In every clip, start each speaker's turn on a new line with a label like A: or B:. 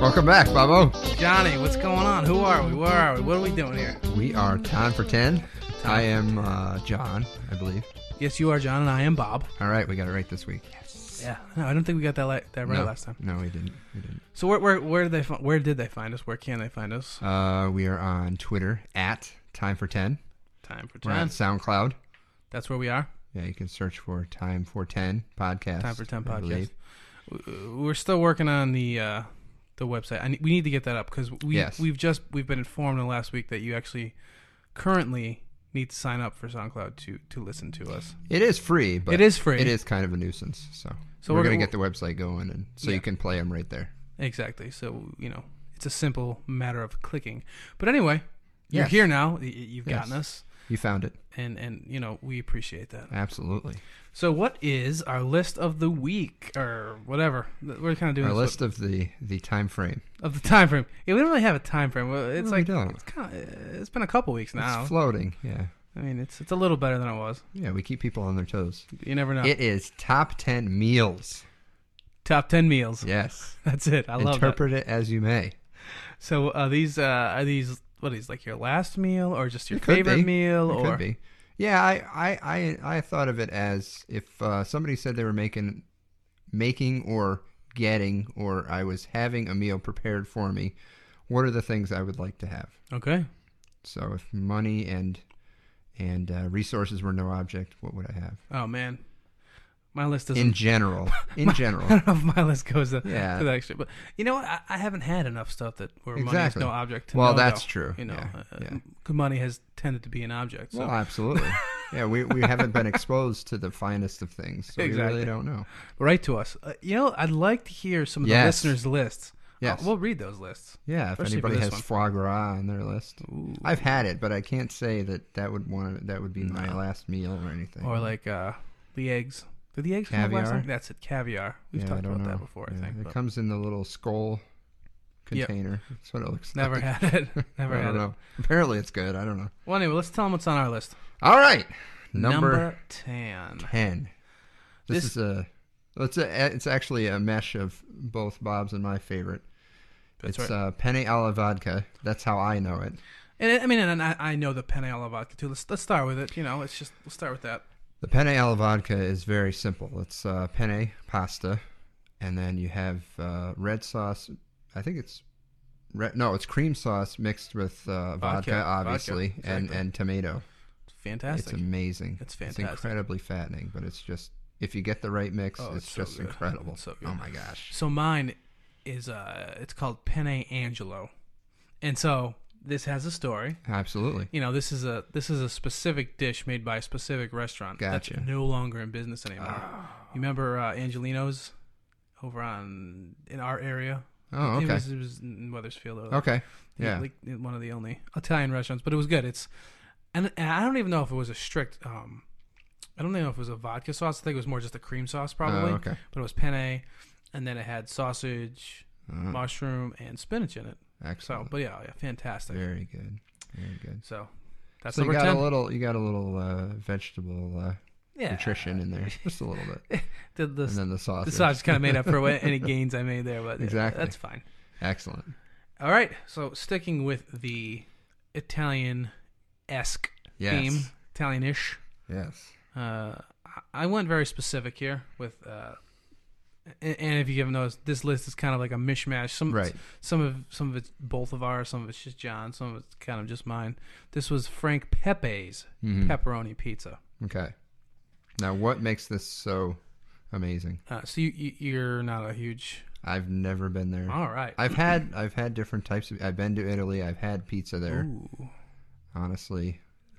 A: Welcome back, Bobo.
B: Johnny, what's going on? Who are we? Where are we? What are we doing here?
A: We are Time for 10. I am uh, John, I believe.
B: Yes, you are John, and I am Bob.
A: All right, we got it right this week.
B: Yeah, no, I don't think we got that li- that right
A: no,
B: last time.
A: No, we didn't. We didn't.
B: So where where where did they fi- where did they find us? Where can they find us?
A: Uh, we are on Twitter at Time for 10.
B: Time for
A: We're on
B: ten.
A: SoundCloud.
B: That's where we are.
A: Yeah, you can search for Time for 10 podcast.
B: Time for ten
A: I
B: podcast.
A: believe.
B: W- We're still working on the uh, the website. I need, we need to get that up because we
A: Yes.
B: we've just we've been informed in the last week that you actually currently need to sign up for SoundCloud to to listen to us.
A: It is free, but
B: It is free.
A: It is kind of a nuisance. So,
B: So
A: we're,
B: we're
A: going
B: gonna-
A: to get the website going and so
B: Yeah.
A: you can play them right there.
B: Exactly. So, you know, it's a simple matter of clicking. But anyway, you're
A: Yes.
B: here now. Y- y- You've gotten
A: Yes.
B: us.
A: You found it.
B: And, and you know, we appreciate that.
A: Absolutely.
B: So, what is our list of the week or whatever? Th- We're kind of doing
A: Our
B: this
A: list of the, the time frame.
B: with- of the time frame. Yeah, we don't really have a time frame. Well, It's
A: No, we
B: like,
A: don't.
B: It's, kind of, it's been a couple weeks now.
A: Hmm. It's floating. Yeah.
B: I mean, it's it's a little better than it was.
A: Yeah, we keep people on their toes.
B: You never know.
A: It is top 10 meals.
B: Top 10 meals.
A: Yes.
B: That's it. I love that.
A: Interpret it as you may.
B: So, uh, these, uh, are these, what is like your last meal or just your
A: It could
B: favorite
A: be.
B: meal?
A: It
B: or
A: could be. Yeah, I, I, I, I thought of it as if uh, somebody said they were making, making or getting, or I was having a meal prepared for me, what are the things I would like to have?
B: Okay.
A: So if money and and uh, resources were no object, what would I have?
B: Oh, man. My list doesn't
A: In general, in
B: I
A: general,
B: don't know if my list goes to,
A: Yeah.
B: to that extra, but you know what? I, I haven't had enough stuff that where money is
A: Exactly.
B: no object. To
A: Well,
B: know,
A: that's
B: though.
A: true.
B: You know,
A: Yeah,
B: uh,
A: yeah.
B: m- money has tended to be an object. So
A: well, Oh, absolutely. Yeah, we, we haven't been exposed to the finest of things, so we
B: Exactly.
A: really don't know.
B: write to us. Uh, you know, I'd like to hear some of the
A: Yes.
B: listeners' lists.
A: Yes.
B: Uh, we'll read those lists.
A: Yeah, if
B: Especially for
A: anybody
B: this
A: has
B: one.
A: foie gras on their list, I've had it, but I can't say that that would want to, that would be my last meal or anything.
B: Or like uh, the eggs. Did the eggs come up last
A: Caviar?
B: time? That's it. Caviar. We've
A: Yeah, I
B: talked
A: don't
B: about
A: know.
B: that before.
A: Yeah,
B: I think
A: it
B: but
A: comes in the little skull
B: Yep.
A: container. That's what it looks
B: never
A: like.
B: had it. Never
A: I
B: had
A: don't
B: it.
A: know. Apparently, it's good. I don't know.
B: Well, anyway, let's tell them what's on our list.
A: All right, number,
B: ten.
A: ten. This, is
B: This-
A: a. It's a, it's actually a mesh of both Bob's and my favorite.
B: That's
A: it's
B: right.
A: uh, penne alla vodka. That's how I know it.
B: And I- I mean, and I, I know the penne alla vodka too. Let's let's start with it. You know, let's just let's start with that.
A: The penne alla vodka is very simple. It's uh, penne pasta, and then you have uh, red sauce. I think it's red. No, it's cream sauce mixed with uh,
B: Vodka,
A: vodka,
B: vodka,
A: obviously, and
B: exactly.
A: and tomato. It's
B: Fantastic.
A: amazing. It's
B: It's fantastic.
A: incredibly fattening, but it's just if you get the right mix,
B: Oh,
A: it's,
B: it's so
A: just
B: good.
A: incredible.
B: It's so good.
A: Oh my gosh!
B: So mine is uh it's called Penne Angelo. And so this has a story.
A: Absolutely.
B: You know, this is a this is a specific dish made by a specific restaurant
A: Gotcha. Ah.
B: that's no longer in business anymore. You remember uh, Angelino's over on in our area?
A: Oh,
B: It
A: okay.
B: was, it was in Weathersfield. Or
A: Okay. Yeah. Oh,
B: like one of the only Italian restaurants, but it was good. It's and, and I don't even know if it was a strict. um I don't even know if it was a vodka sauce. I think it was more just a cream sauce, probably.
A: Oh, okay.
B: But it was penne, and then it had sausage,
A: Oh,
B: mushroom, and spinach in it. So,
A: excellent.
B: but yeah, yeah fantastic.
A: Very good. Very good.
B: So that's
A: So you
B: number
A: got
B: ten.
A: a little. You got a little uh, vegetable uh,
B: yeah,
A: nutrition in there, just a little bit.
B: the, the,
A: and then the sausage.
B: the sausage kind of made up for what, any gains I made there, but uh,
A: Exactly.
B: that's fine.
A: Excellent.
B: All right, so sticking with the Italian esque
A: Yes.
B: theme, Italian ish.
A: Yes.
B: Uh, I- I went very specific here with, uh, a- and if you haven't noticed, this list is kind of like a mishmash. Some
A: Right.
B: some of some of it's both of ours, some of it's just John, some of it's kind of just mine. This was Frank Pepe's
A: Hmm.
B: pepperoni pizza.
A: Mm-hmm. Okay. Now, what makes this so amazing?
B: Uh, so you, you you're not a huge.
A: I've never been there.
B: All right.
A: I've had I've had different types of. I've been to Italy. I've had pizza there.
B: Ooh,
A: Honestly,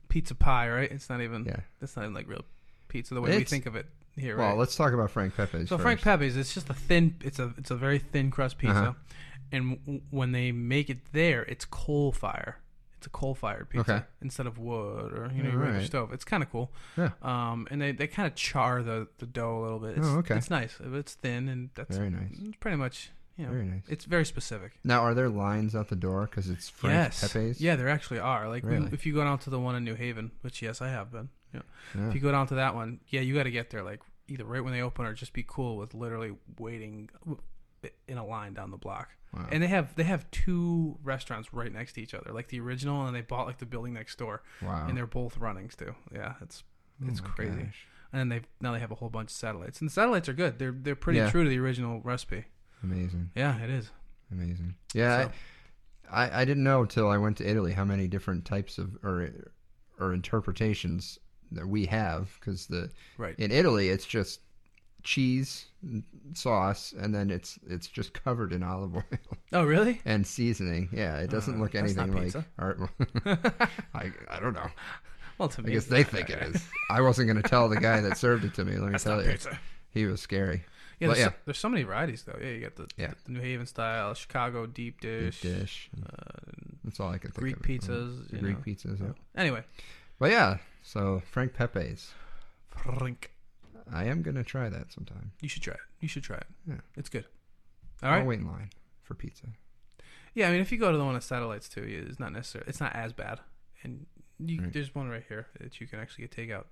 B: pizza pie, right? It's not even.
A: Yeah.
B: That's not even like real pizza the way we
A: It's-
B: think of it here.
A: well,
B: right?
A: let's talk about Frank Pepe's.
B: So
A: first.
B: Frank Pepe's, it's just a thin, it's a it's a very thin crust pizza,
A: Uh-huh.
B: and w- when they make it there, it's coal fire. It's a coal fired pizza
A: Okay.
B: instead of wood or you know
A: All
B: regular
A: right.
B: stove. It's kind of cool.
A: Yeah.
B: Um, and they, they kind of char the, the dough a little bit. It's,
A: Oh, okay.
B: It's nice. It's thin and that's
A: Very nice.
B: it's pretty much you know.
A: Very nice.
B: It's very specific.
A: Now, are there lines out the door because it's Frank
B: yes.
A: Pepe's?
B: Yeah, there actually are. Like we-
A: Really?
B: if you go down to the one in New Haven, which yes, I have been. Yeah.
A: Yeah.
B: If you go down to that one, yeah, you got to get there like either right when they open or just be cool with literally waiting in a line down the block.
A: Wow.
B: And they have they have two restaurants right next to each other, like the original, and they bought like the building next door,
A: Wow.
B: and they're both runnings too. Yeah, it's
A: Oh
B: it's
A: my
B: crazy.
A: gosh.
B: And they now they have a whole bunch of satellites, and the satellites are good. They're they're pretty
A: Yeah.
B: true to the original recipe.
A: Amazing.
B: Yeah, it is.
A: Amazing. Yeah.
B: So-
A: I, I, I didn't know till I went to Italy how many different types of or or interpretations that we have because the
B: Right.
A: in Italy it's just cheese n- sauce and then it's it's just covered in olive oil
B: Oh, really?
A: and seasoning. Yeah, it doesn't
B: Uh,
A: look
B: that's not
A: anything like
B: pizza.
A: our, I I don't know.
B: Well, to
A: I
B: me,
A: guess they think it is. I wasn't going to tell the guy that served it to me. Let me
B: That's
A: tell
B: not
A: you,
B: pizza.
A: he was scary.
B: Yeah,
A: But
B: there's,
A: yeah.
B: So, there's so many varieties though. Yeah, you got the,
A: Yeah.
B: the New Haven style, Chicago deep
A: Big
B: dish,
A: dish.
B: Uh,
A: That's all I could think
B: Greek
A: of. it.
B: pizzas.
A: um, The
B: you
A: Greek
B: know.
A: pizzas. yeah.
B: Anyway,
A: But yeah, so Frank Pepe's.
B: Frank,
A: I am gonna try that sometime.
B: you should try it. You should try it.
A: Yeah.
B: It's good. All right.
A: I'll wait in line for pizza.
B: Yeah, I mean, if you go to the one at satellites too, yeah, it's not necessarily it's not as bad. And you,
A: Right.
B: there's one right here that you can actually get takeout.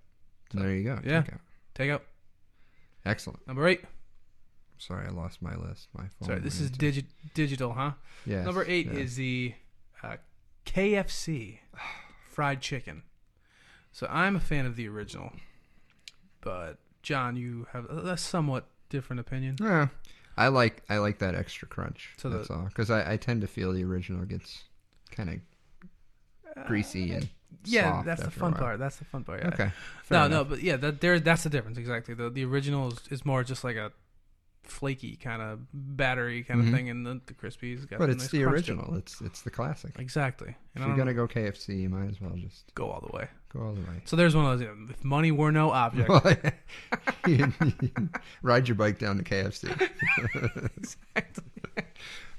A: there you go.
B: yeah.
A: takeout.
B: Takeout
A: Excellent.
B: number eight.
A: Sorry, I lost my list. My phone.
B: Sorry,
A: went
B: this is
A: into-
B: digi- digital, huh?
A: Yes,
B: Number eight
A: yes.
B: is the uh, KFC fried chicken. So I'm a fan of the original, but John, you have a a somewhat different opinion.
A: Yeah. I like I like that extra crunch.
B: So the-
A: that's all. Because I, I tend to feel the original gets kind of
B: Uh,
A: greasy and
B: Yeah,
A: soft
B: that's the
A: after a
B: fun
A: while.
B: part. That's the fun part. Ah, Yeah.
A: Okay.
B: no,
A: fair
B: no,
A: enough.
B: but yeah, that there that's the difference exactly. The the original is, is more just like a flaky kind of battery kind
A: Mhm.
B: of thing, and the, the crispy's got.
A: But
B: a
A: it's
B: nice
A: the
B: crunch to it.
A: original. It's it's the classic.
B: Exactly.
A: if
B: And I
A: you're
B: don't
A: gonna go KFC, you might as well just
B: go all the way.
A: go all the way.
B: So there's one of those. You know, if money were no object,
A: Ride your bike down to KFC.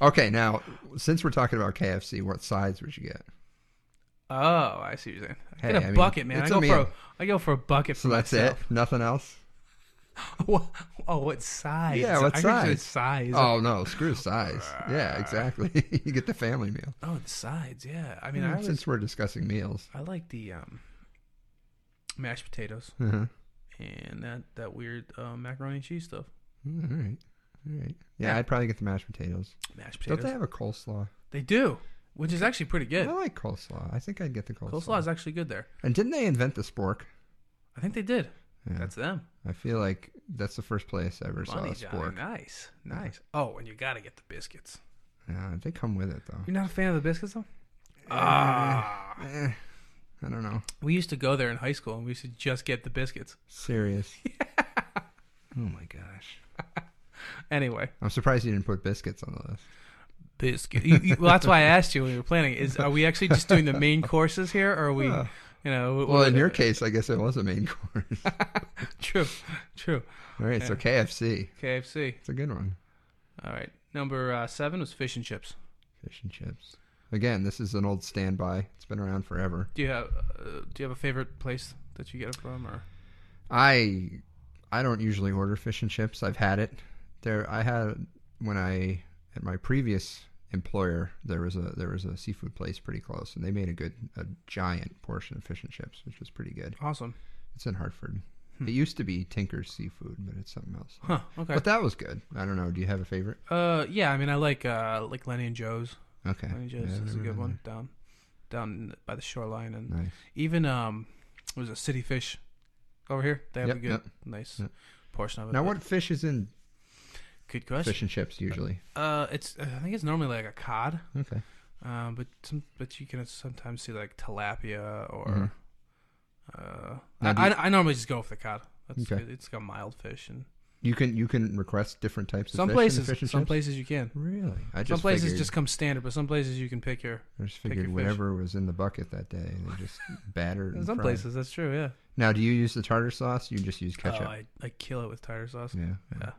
A: okay, now since we're talking about KFC, what sides would you get?
B: Oh, I see what you're saying. I
A: Hey,
B: get
A: I
B: a
A: mean,
B: bucket, man. I
A: it's a
B: go for a,
A: meal.
B: I go for a bucket
A: So
B: for
A: that's
B: myself.
A: it. Nothing else.
B: What, oh, what size?
A: Yeah, what
B: I heard you said
A: size?
B: size. Oh.
A: Oh no, screw size. Yeah, exactly. you get the family meal.
B: Oh, the sides. Yeah. I mean, I
A: Mm,
B: was,
A: since we're discussing meals,
B: I like the um, mashed potatoes
A: uh-huh.
B: and that that weird uh, macaroni and cheese stuff.
A: Mm, all right, all right. Yeah,
B: Yeah.
A: I'd probably get the mashed potatoes.
B: Mashed
A: Don't
B: potatoes. Oh,
A: they
B: They,
A: have a coleslaw?
B: do, which is actually pretty good.
A: I like coleslaw. I think I'd get the coleslaw.
B: Coleslaw is actually good there.
A: And didn't they invent the spork?
B: I think they did.
A: Yeah.
B: That's them.
A: I feel like that's the first place I ever
B: Money,
A: saw a
B: Johnny.
A: spork.
B: Nice, nice. Oh, and you gotta get the biscuits.
A: Yeah, they come with it though.
B: You're not a fan of the biscuits though. Ah.
A: Eh, I don't know.
B: We used to go there in high school, and we used to just get the biscuits.
A: Serious. Oh my gosh.
B: Anyway,
A: I'm surprised you didn't put biscuits on the list.
B: biscuit. You- you- well, that's why I asked you when we were planning. Is are we actually just doing the main courses here, or are we,
A: Yeah.
B: you know? what-
A: Well,
B: what-
A: in your case, I guess it was a main course.
B: true, true.
A: All right, so KFC.
B: KFC.
A: It's a good one.
B: All right, number uh, seven was fish and chips.
A: Fish and chips. Again, this is an old standby. It's been around forever.
B: Do you have uh, Do you have a favorite place that you get it from, or
A: I I don't usually order fish and chips. I've had it. There I had when I at my previous employer there was a there was a seafood place pretty close and they made a good a giant portion of fish and chips, which was pretty good.
B: awesome?
A: It's in Hartford. It used to be Tinker's Seafood, but it's something else.
B: Huh? Hmm. Okay.
A: But that was good. I don't know. Do you have a favorite?
B: Uh, yeah. I mean, I like uh, like Lenny and Joe's.
A: Okay.
B: Lenny and
A: Yeah,
B: Joe's
A: I've
B: is a
A: never
B: good
A: been
B: one down down by the shoreline, and
A: there. Nice.
B: even um, it was a city fish over here. They have a
A: Yep,
B: good
A: yep.
B: nice
A: Yep.
B: portion of it.
A: Now,
B: but-
A: what fish is in
B: Good question.
A: fish and chips usually?
B: Uh, it's I think it's normally like a cod,
A: Okay.
B: um, but some, but you can sometimes see like tilapia
A: Mhm.
B: or. Uh,
A: Now, do
B: I, I, I normally just go with the cod. That's
A: Okay.
B: it- it's like a mild fish, and
A: You can you can request different types of
B: some
A: fish in the
B: places,
A: fish and
B: some
A: chips?
B: places you can.
A: Really? I just
B: Some places
A: figured,
B: just come standard, but some places you can pick your.
A: I just
B: pick your
A: figured
B: fish.
A: whatever was in the bucket that day, they just battered. And
B: some
A: fried.
B: places that's true, yeah.
A: Now, do you use the tartar sauce? You just use ketchup.
B: Oh, I, I kill it with tartar sauce.
A: yeah,
B: Yeah.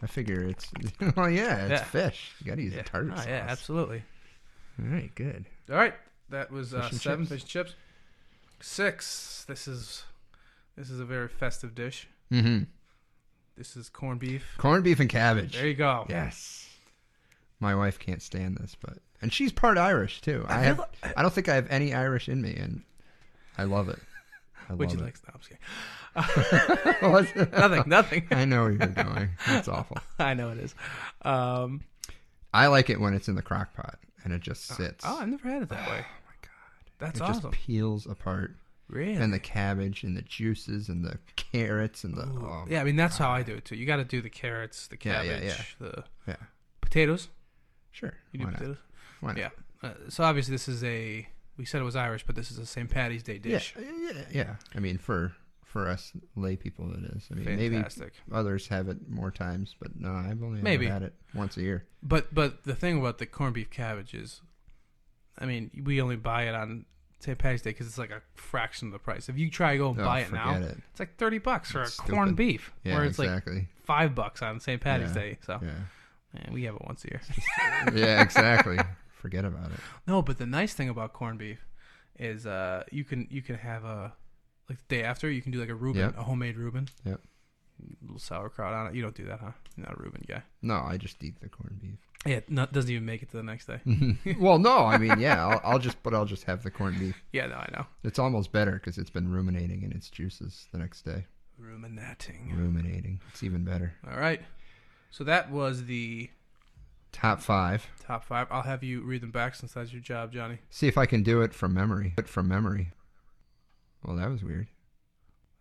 A: I figure it's well, yeah, it's
B: Yeah.
A: fish. You gotta use
B: Yeah.
A: the tartar
B: Oh,
A: sauce.
B: yeah, absolutely.
A: All right, good.
B: All right, that was uh,
A: Fish and
B: seven
A: chips.
B: fish and chips. Six. This is this is a very festive dish.
A: Mm-hmm.
B: This is corned beef.
A: Corned beef and cabbage.
B: There you go.
A: Yes. My wife can't stand this, but and she's part Irish too. I,
B: I
A: have
B: feel-
A: I don't think I have any Irish in me and I love it. I
B: Would you
A: love
B: like? No, I'm just kidding.
A: What?
B: nothing. Nothing.
A: I know where you're going. That's awful.
B: I know it is. Um,
A: I like it when it's in the crock pot and it just sits.
B: oh, I've never had it that way. Oh my god, that's
A: it
B: awesome.
A: just peels apart.
B: really?
A: And the cabbage and the juices and the carrots and the
B: Ooh.
A: oh,
B: yeah, I mean that's how I do it too. You got to do the carrots, the
A: Yeah, yeah,
B: cabbage, the
A: Yeah.
B: potatoes.
A: Sure.
B: You do
A: why not?
B: potatoes.
A: Why not?
B: Yeah. Uh, so obviously this is a. We said it was Irish, but this is a St. Patty's Day
A: Yeah,
B: dish.
A: yeah, yeah. I mean, for for us lay people, it is. I mean,
B: Fantastic.
A: maybe others have it more times, but no, I've only ever
B: Maybe.
A: had it once a year.
B: But but the thing about the corned beef cabbage is, I mean, we only buy it on St. Patty's Day because it's like a fraction of the price. If you try to go and
A: Oh,
B: buy it now,
A: forget it.
B: it's like thirty bucks for
A: It's
B: a corned
A: stupid.
B: beef,
A: Yeah,
B: where it's like oh.
A: exactly.
B: five bucks on St. Patty's
A: Yeah.
B: Day. So
A: yeah.
B: man, we have it once a year.
A: yeah, exactly. Forget about it.
B: No, but the nice thing about corned beef is uh you can you can have a like the day after you can do like a Reuben,
A: Yep.
B: a homemade Reuben.
A: Yep.
B: little sauerkraut on it. You don't do that, huh? You're not a Reuben guy.
A: No, I just eat the corned
B: Yeah, it not, doesn't even make it to the next day.
A: beef. well, no, I mean, yeah, I'll, I'll just, but I'll just have the corned beef.
B: Yeah, no, I know.
A: It's almost better because it's been ruminating in its juices the next day.
B: Ruminating.
A: Ruminating. It's even better.
B: All right. So that was the
A: Top five.
B: top five. I'll have you read them back since that's your job, Johnny.
A: See if I can do it from memory. But from memory. Well, that was weird.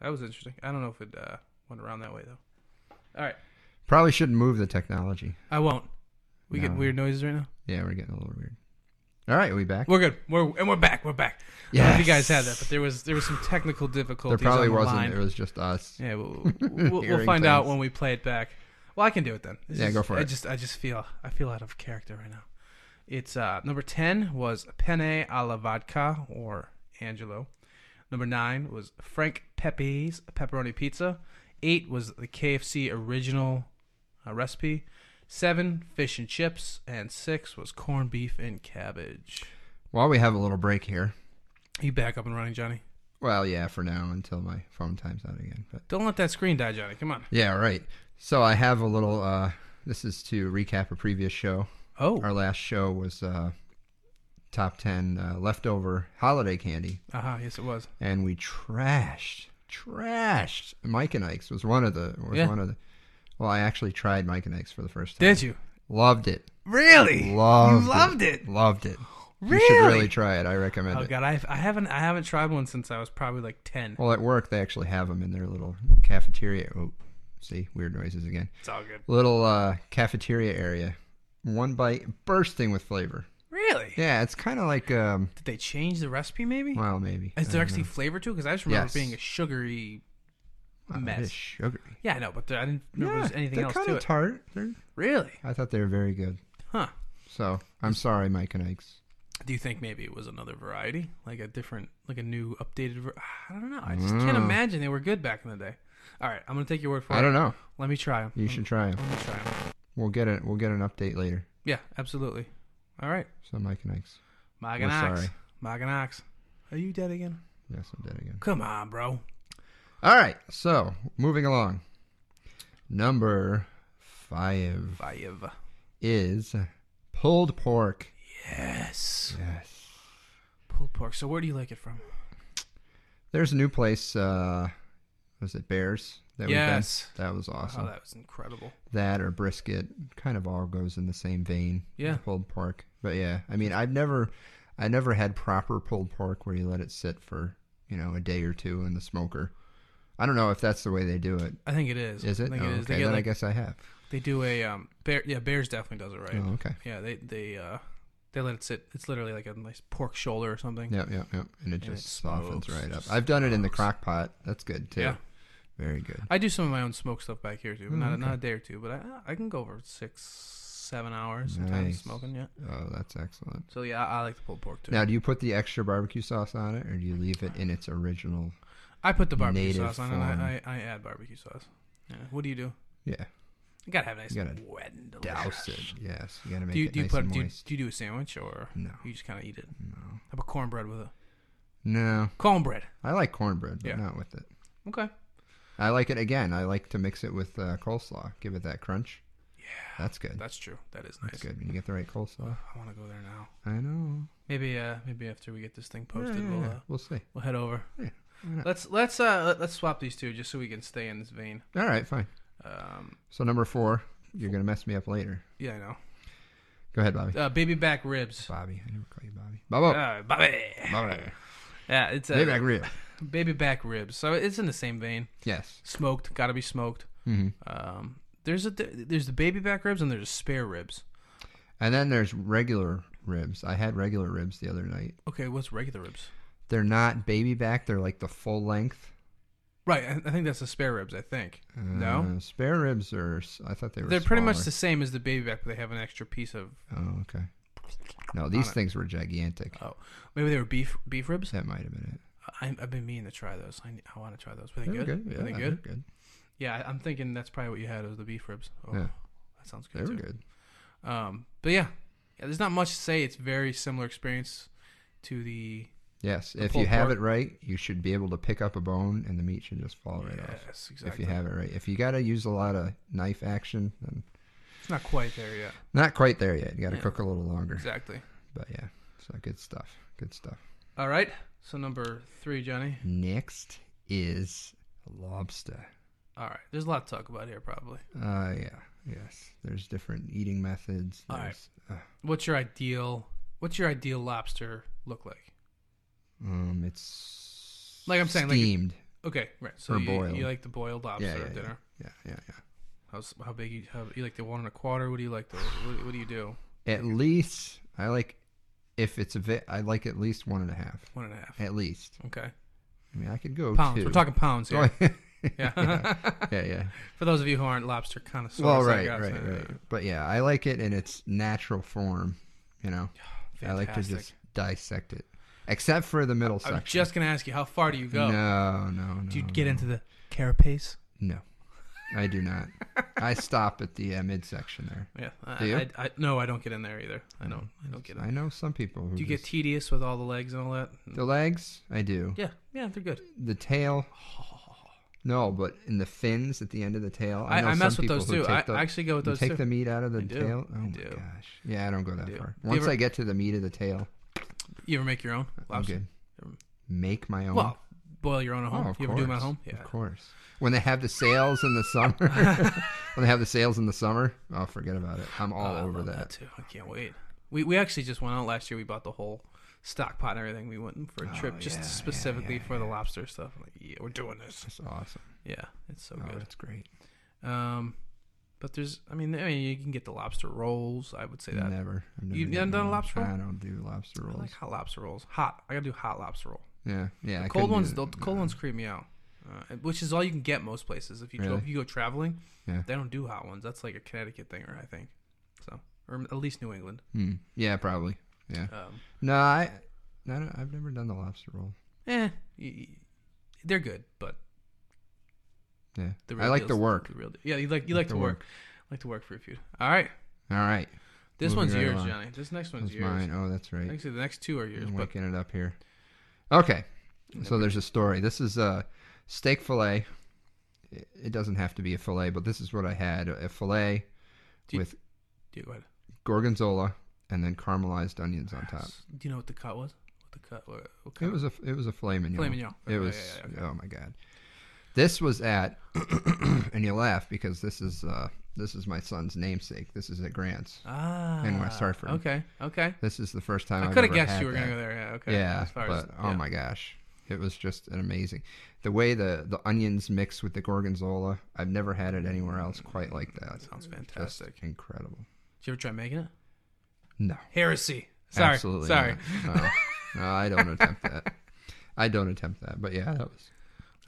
B: That was interesting. I don't know if it uh, went around that way though. All right,
A: Probably shouldn't move the technology.
B: I won't. We
A: No.
B: get weird noises right now.
A: Yeah, we're getting a little weird. All right, we back?
B: We're good. We're and we're back. We're back. I don't know if you guys had that, but there was there was some technical
A: there
B: difficulties.
A: probably
B: on the
A: wasn't.
B: Line.
A: It was just us.
B: Yeah, we'll, we'll, we'll
A: Hearing
B: find out
A: things.
B: when we play it back. Well, I can do it then. This
A: Yeah,
B: is-
A: go for
B: I
A: it.
B: just I just feel I feel out of character right now. It's uh, number ten was penne alla vodka or Angelo. Number nine was Frank Pepe's pepperoni pizza. Eight was the KFC original uh, recipe. Seven fish and chips, and six was corned beef and cabbage.
A: While we have a little break here.
B: You back up and running, Johnny.
A: Well, yeah, for now until my phone times out again. But
B: Don't let that screen die, Johnny. Come on.
A: yeah, right. So I have a little. Uh, this is to recap a previous show.
B: Oh,
A: Our last show was uh, top ten uh, leftover holiday candy,
B: aha, yes, it was.
A: and we trashed, trashed. Mike and Ike's was one of the was
B: Yeah.
A: one of the. Well, I actually tried Mike and Ike's for the first time.
B: Did you?
A: Loved it.
B: Really?
A: Loved
B: you
A: it.
B: loved it.
A: Loved it. You should
B: Really?
A: really try it. I recommend
B: Oh
A: it.
B: god, I've, I haven't I haven't tried one since I was probably like ten.
A: Well, at work they actually have them in their little cafeteria. Oh, see, weird noises again.
B: It's all good.
A: Little uh, cafeteria area. One bite, bursting with flavor.
B: Really?
A: Yeah, it's kind of like um,
B: Did they change the recipe? Maybe.
A: well, maybe.
B: Is
A: I
B: there
A: don't
B: actually
A: know.
B: flavor to it? Because I just remember
A: Yes.
B: it being a sugary.
A: Wow, it
B: mess?
A: is sugary?
B: Yeah, I know, but there, I didn't remember there was anything
A: they're
B: else
A: kinda
B: to it.
A: tart. They're,
B: really?
A: I thought they were very good.
B: Huh?
A: So I'm sorry, Mike and Ike's.
B: Do you think maybe it was another variety, like a different, like a new updated? Ver- I don't know. I just can't
A: Mm.
B: imagine they were good back in the day. All right, I'm gonna take your word for
A: I
B: it.
A: don't know.
B: Let me try them.
A: You should try them.
B: Let me try them.
A: We'll get it. We'll get an update later.
B: Yeah, absolutely. All right,
A: So Mike and Ike's. We're
B: Maganax.
A: sorry.
B: Maganax. Are you dead again?
A: Yes, I'm dead again.
B: Come on, bro.
A: All right. So moving along. Number five
B: Five.
A: is pulled pork.
B: Yes.
A: Yes.
B: Pulled pork. So where do you like it from?
A: There's a new place. Uh, was it Bears? That
B: Yes.
A: We've been? That was
B: Oh,
A: awesome. that.
B: that was incredible.
A: or brisket kind of all goes in the same vein.
B: Yeah.
A: with Pulled pork. But yeah, I mean, I've never, I never had proper pulled pork where you let it sit for you know a day or two in the smoker. I don't know if that's the way they do it.
B: I think it is.
A: Is it?
B: I think
A: Oh,
B: it is.
A: okay.
B: They get
A: then I
B: like
A: guess I have.
B: they do a um bear. Yeah, bears definitely does it right.
A: Oh, okay.
B: Yeah, they they uh they let it sit. It's literally like a nice pork shoulder or something.
A: Yep, yep, yep. And it
B: And
A: just
B: it
A: softens
B: smokes,
A: right up.
B: just
A: I've done it in the
B: smokes.
A: crock pot. That's good too.
B: Yeah.
A: Very good.
B: I do some of my own smoke stuff back here too. but
A: Mm,
B: not
A: okay.
B: not a day or two, but I I can go over six seven hours sometimes
A: Nice.
B: smoking. Yeah.
A: Oh, that's excellent.
B: So yeah, I, I like the pulled pork too.
A: Now, do you put the extra barbecue sauce on it, or do you leave it in its original?
B: I put the barbecue
A: native
B: sauce on and
A: form.
B: I, I, I add barbecue sauce. Yeah. What do you do?
A: Yeah,
B: Oh, You gotta have a nice
A: You gotta
B: wet and delicious.
A: douse it. Yes, you gotta make
B: Do you,
A: it
B: do you
A: nice
B: put
A: and
B: do you,
A: moist.
B: do you do a sandwich or
A: No,
B: you just kind of eat it?
A: no,
B: How about cornbread with it?
A: no.
B: Cornbread.
A: I like cornbread, but
B: Yeah.
A: not with it.
B: Okay.
A: I like it again. I like to mix it with uh, coleslaw. Give it that crunch.
B: Yeah,
A: That's good.
B: that's true. That is
A: That's
B: nice.
A: good when you get the right coleslaw.
B: I want to go there now.
A: I know.
B: Maybe, uh, maybe after we get this thing posted,
A: Yeah, yeah,
B: we'll
A: yeah.
B: uh,
A: We'll see.
B: we'll head over.
A: Yeah.
B: Let's let's uh let's swap these two just so we can stay in this vein.
A: All right, fine.
B: Um,
A: So number four, you're gonna mess me up later.
B: yeah, I know.
A: Go ahead, Bobby.
B: Uh, baby back ribs.
A: Bobby, I never call you Bobby. Bobo.
B: Uh, Bobby.
A: Bobby.
B: Yeah, it's uh,
A: Way back real.
B: baby back ribs. So it's in the same vein.
A: Yes.
B: Smoked, gotta be smoked.
A: hmm
B: Um, there's a there's the baby back ribs and there's spare ribs.
A: And then there's regular ribs. I had regular ribs the other night.
B: Okay, what's regular ribs?
A: They're not baby back. They're like the full length.
B: Right, I, I think that's the spare ribs. I think no,
A: Uh, spare ribs are. s- I thought they were.
B: they're pretty much the
A: smaller.
B: same as the baby back, but they have an extra piece of
A: Oh, okay. No, these
B: it.
A: things were gigantic.
B: oh, maybe they were beef beef ribs.
A: That might have been it.
B: I, I've been meaning to try those. I, I want to try those. Were they
A: They were
B: good?
A: Yeah,
B: Were they
A: they're
B: good? Yeah, I- I'm thinking that's probably what you had was the beef ribs. Oh,
A: Yeah.
B: that sounds
A: They
B: good
A: were
B: too.
A: good.
B: Um, but yeah, yeah, there's not much to say. It's very similar experience to the
A: Yes, if you
B: pulled
A: have
B: pork.
A: it right, you should be able to pick up a bone and the meat should just fall right off.
B: yes, exactly.
A: If you have it right. If you got to use a lot of knife action, then
B: it's not quite there yet.
A: not quite there yet. You got to
B: Yeah.
A: cook a little longer.
B: Exactly.
A: But yeah, so good stuff. Good stuff.
B: All right. So number three, Johnny.
A: Next is lobster.
B: All right. There's a lot to talk about here, probably.
A: Uh, yeah, yes. There's different eating methods.
B: All right.
A: There's,
B: What's your ideal? What's your ideal lobster look like?
A: uh, um, it's
B: Like I'm saying, like-
A: steamed.
B: Okay, right. So
A: Or
B: you,
A: boiled.
B: you like the boiled lobster
A: yeah,
B: at
A: yeah,
B: dinner?
A: yeah, yeah, yeah.
B: How's, how big? You, how, you like the one and a quarter? What do you like? The what, what do you do?
A: At least I like if it's a bit. I like at least one and a half.
B: One and a half.
A: At least.
B: Okay.
A: I mean, I could go
B: Pounds.
A: Oh, Two.
B: We're talking pounds
A: Oh,
B: here.
A: yeah.
B: yeah.
A: yeah, yeah, yeah.
B: For those of you who aren't lobster connoisseurs,
A: well,
B: I
A: right,
B: guess,
A: right,
B: uh,
A: right. But yeah, I like it in its natural form. You know, I like to
B: fantastic.
A: just dissect it, except for the middle
B: I
A: section.
B: was just gonna ask you, how far do you go?
A: No, no, no.
B: do you get
A: no.
B: into the carapace?
A: No, I do not. I stop at the uh, midsection there.
B: Yeah. I,
A: Do you?
B: I, I, no, I don't get in there either. I don't. I don't get in.
A: I know some people who
B: Do you get
A: just-
B: tedious with all the legs and all that?
A: the legs. I do.
B: Yeah. Yeah, they're good.
A: The tail. No, but in the fins at the end of the tail.
B: I,
A: know
B: I, mess
A: some
B: with
A: people
B: those
A: who
B: too. I,
A: take the-
B: I actually go with
A: you
B: those
A: take
B: too.
A: the meat out of the
B: I do.
A: tail. Oh
B: I
A: my
B: do.
A: gosh! Yeah, I don't go that
B: do.
A: far.
B: You
A: Once
B: ever-
A: I get to the meat of the tail,
B: you ever make your own
A: I'm
B: lobster?
A: good. Make my own.
B: Well, boil your own at
A: Oh,
B: home.
A: of
B: you ever
A: course.
B: do them at home?
A: Of course. When they have the sales in the summer, when they have the sales in the summer, oh, forget about it. I'm all
B: Oh, I
A: over
B: love
A: that.
B: too. I can't wait. We we actually just went out last year. We bought the whole stock pot and everything. We went for a trip
A: Oh,
B: just
A: yeah, yeah,
B: specifically
A: yeah,
B: for the lobster stuff. I'm like, yeah, we're doing this.
A: That's awesome.
B: Yeah, it's so
A: Oh,
B: good.
A: that's great.
B: Um, but there's, I mean, I mean, you can get the lobster rolls. I would say that.
A: Never. I've never
B: You
A: gotten
B: haven't done a
A: one.
B: lobster roll?
A: I don't do lobster rolls.
B: I like hot lobster rolls. Hot. I gotta do hot lobster roll.
A: yeah, yeah. I
B: cold
A: couldn't do
B: ones,
A: that.
B: the cold ones creep me out. Uh, which is all you can get most places. If you go,
A: Really?
B: if you go traveling,
A: Yeah.
B: they don't do hot ones. That's like a Connecticut thing, or I think, so or at least New England.
A: Hmm. Yeah, probably. Yeah.
B: Um,
A: No, I, no, no, I've never done the lobster roll.
B: eh, y- y- they're good, but
A: Yeah.
B: the
A: I like the
B: deal's-
A: work.
B: The real deal. Yeah, you like you like, to work. like to work for your food. All right,
A: All right.
B: this
A: Moving
B: one's
A: right
B: yours,
A: along.
B: Johnny. This next one's
A: That's
B: yours.
A: mine. Oh, that's right.
B: Actually, the next two are yours,
A: I'm
B: but
A: waking it up here. Okay. So there's a story. This is a steak fillet. It it doesn't have to be a fillet, but this is what I had: a fillet
B: Do you-
A: with
B: do you go ahead.
A: gorgonzola and then caramelized onions on top.
B: Do you know what the cut was? What the cut? What, what
A: It
B: kind
A: was a it was a filet mignon.
B: Filet mignon. Okay,
A: It was
B: yeah, yeah,
A: oh my god. This was at and you laugh because this is uh this is my son's namesake. This is at Grant's.
B: Ah,
A: in West Hartford.
B: Okay, okay.
A: This is the first time
B: I
A: I've
B: could have
A: ever
B: guessed
A: had
B: you were
A: that.
B: gonna go there. Yeah, okay.
A: Yeah,
B: As far
A: but
B: as-
A: oh
B: yeah.
A: my gosh, it was just an amazing the way the the onions mix with the gorgonzola. I've never had it anywhere else quite like that.
B: Sounds
A: It was just
B: fantastic.
A: incredible.
B: Did you ever try making it?
A: No,
B: Heresy. Sorry,
A: absolutely
B: sorry.
A: not. No, no, I don't attempt that. I don't attempt that. But yeah, that was.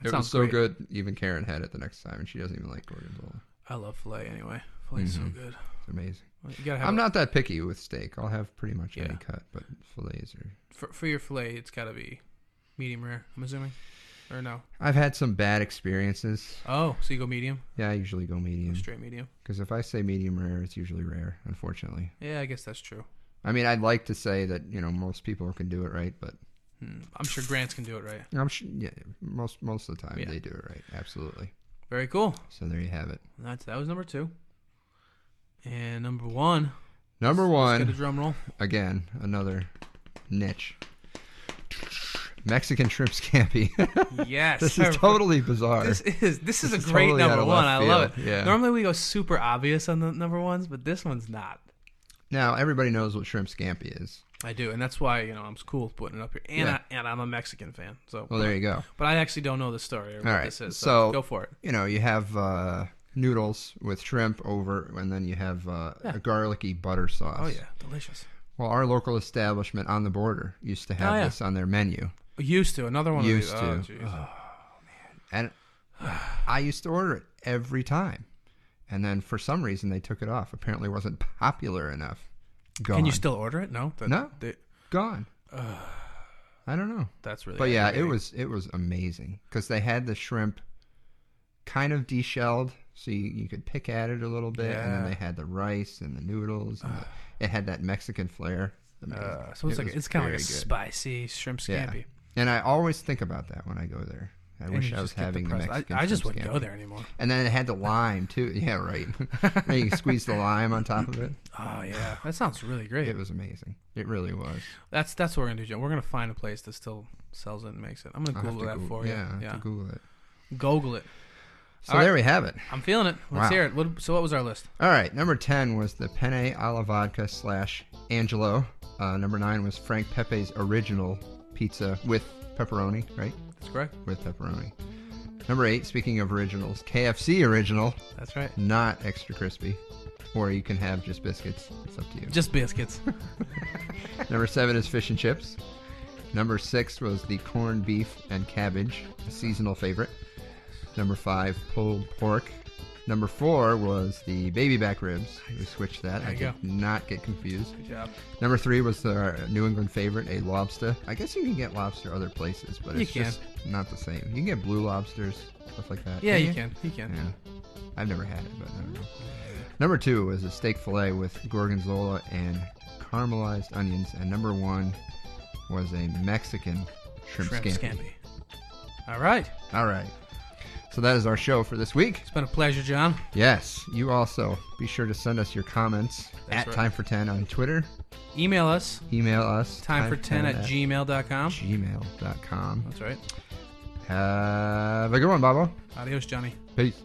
B: That
A: it was
B: sounds
A: so
B: great.
A: good. Even Karen had it the next time, and she doesn't even like gorgonzola.
B: I love filet anyway. Filet's so
A: Mhm.
B: good.
A: It's amazing.
B: You gotta have
A: I'm not that picky with steak. I'll have pretty much
B: Yeah.
A: any cut, but fillets are.
B: for, for your filet. It's gotta be medium rare. I'm assuming, or no?
A: I've had some bad experiences.
B: Oh, so you go medium,
A: Yeah, I usually go medium.
B: Go straight medium.
A: Because if I say medium rare, it's usually rare, unfortunately.
B: Yeah, I guess that's true.
A: I mean, I'd like to say that you know most people can do it right, but
B: Hmm. I'm sure Grants can do it right.
A: I'm sure, yeah, most most of the time
B: Yeah.
A: they do it right. Absolutely.
B: Very cool.
A: So there you have it.
B: That's that was number two. And number one.
A: Number
B: Let's get a
A: one,
B: drum roll.
A: again, another niche. Mexican shrimp scampi.
B: Yes.
A: this is totally bizarre.
B: This is this is
A: This
B: a
A: is
B: great
A: totally out
B: number
A: of
B: one. I
A: left
B: love it.
A: field, yeah.
B: Normally we go super obvious on the number ones, but this one's not.
A: now everybody knows what shrimp scampi is.
B: I do, and that's why you know I'm cool with putting it up here, and
A: Yeah.
B: I, and I'm a Mexican fan. So,
A: Well, there you go.
B: but I actually don't know the story or what
A: right,
B: this is.
A: so-
B: go for it.
A: You know, you have uh, noodles with shrimp over, and then you have uh,
B: Yeah.
A: a garlicky butter sauce.
B: Oh yeah, delicious.
A: Well, our local establishment on the border used to have
B: Oh, yeah.
A: this on their menu,
B: Used to another one.
A: Used
B: of these.
A: to.
B: Oh, jeez.
A: and I used to order it every time. And then for some reason they took it off. Apparently, it wasn't popular enough. Gone.
B: Can you still order it? No. That-
A: Oh, No.
B: they-
A: Gone. I don't know.
B: that's really.
A: But yeah, it
B: aggravating.
A: was it was amazing because they had the shrimp kind of deshelled, so you, you could pick at it a little bit, and then
B: Yeah.
A: they had the rice and the noodles. And the, it had that Mexican flair. Amazing.
B: Uh, so it's
A: It
B: like
A: was
B: it's kind of like a
A: very good.
B: spicy shrimp
A: Yeah.
B: scampi.
A: And I always think about that when I go there. I
B: And
A: wish
B: you
A: I was
B: just get
A: having the,
B: depressed.
A: Mexican.
B: I, I just
A: shrimp
B: wouldn't
A: scampi.
B: go there anymore.
A: And then it had the lime too. Yeah, right. and you squeeze the lime on top of it.
B: Oh yeah, that sounds really great.
A: It was amazing. It really was.
B: That's that's what we're gonna do, Joe. We're gonna find a place that still sells it and makes it. I'm gonna
A: I'll have
B: Google
A: to
B: that
A: Goog-
B: for you.
A: Yeah, I have
B: yeah.
A: to Google it.
B: Google it.
A: So
B: All right.
A: there we have it.
B: I'm feeling it. Let's
A: Wow.
B: hear it. What, so what was our list?
A: All right, number 10 was the Penne alla vodka slash Angelo. Uh, number 9 was Frank Pepe's original pizza with pepperoni, right?
B: That's correct.
A: With pepperoni. Number 8, speaking of originals, KFC original,
B: That's right.
A: not extra crispy. Or you can have just biscuits. It's up to you.
B: Just biscuits.
A: Number 7 is fish and chips. Number 6 was the corned beef and cabbage, a seasonal favorite. Number 5, pulled pork. Number 4 was the baby back ribs. We switched that. I
B: you
A: did
B: go.
A: not get confused.
B: Good job.
A: Number three was the New England favorite, a lobster. I guess you can get lobster other places, but
B: You
A: it's
B: can.
A: just not the same. You can get blue lobsters, stuff like that.
B: Yeah, you can. You can.
A: Yeah. I've never had it, but I don't know. Number two was a steak fillet with gorgonzola and caramelized onions, and number one was a Mexican shrimp,
B: Shrimp
A: scampi.
B: scampi. All right.
A: All right. So that is our show for this week.
B: It's been a pleasure, John.
A: Yes, you also be sure to send us your comments
B: That's
A: at
B: right.
A: time for 10 on Twitter.
B: Email us
A: Email us
B: time for ten at gmail.com.
A: gmail.com.
B: That's right.
A: Have a good one, Babo.
B: Adios, Johnny.
A: Peace.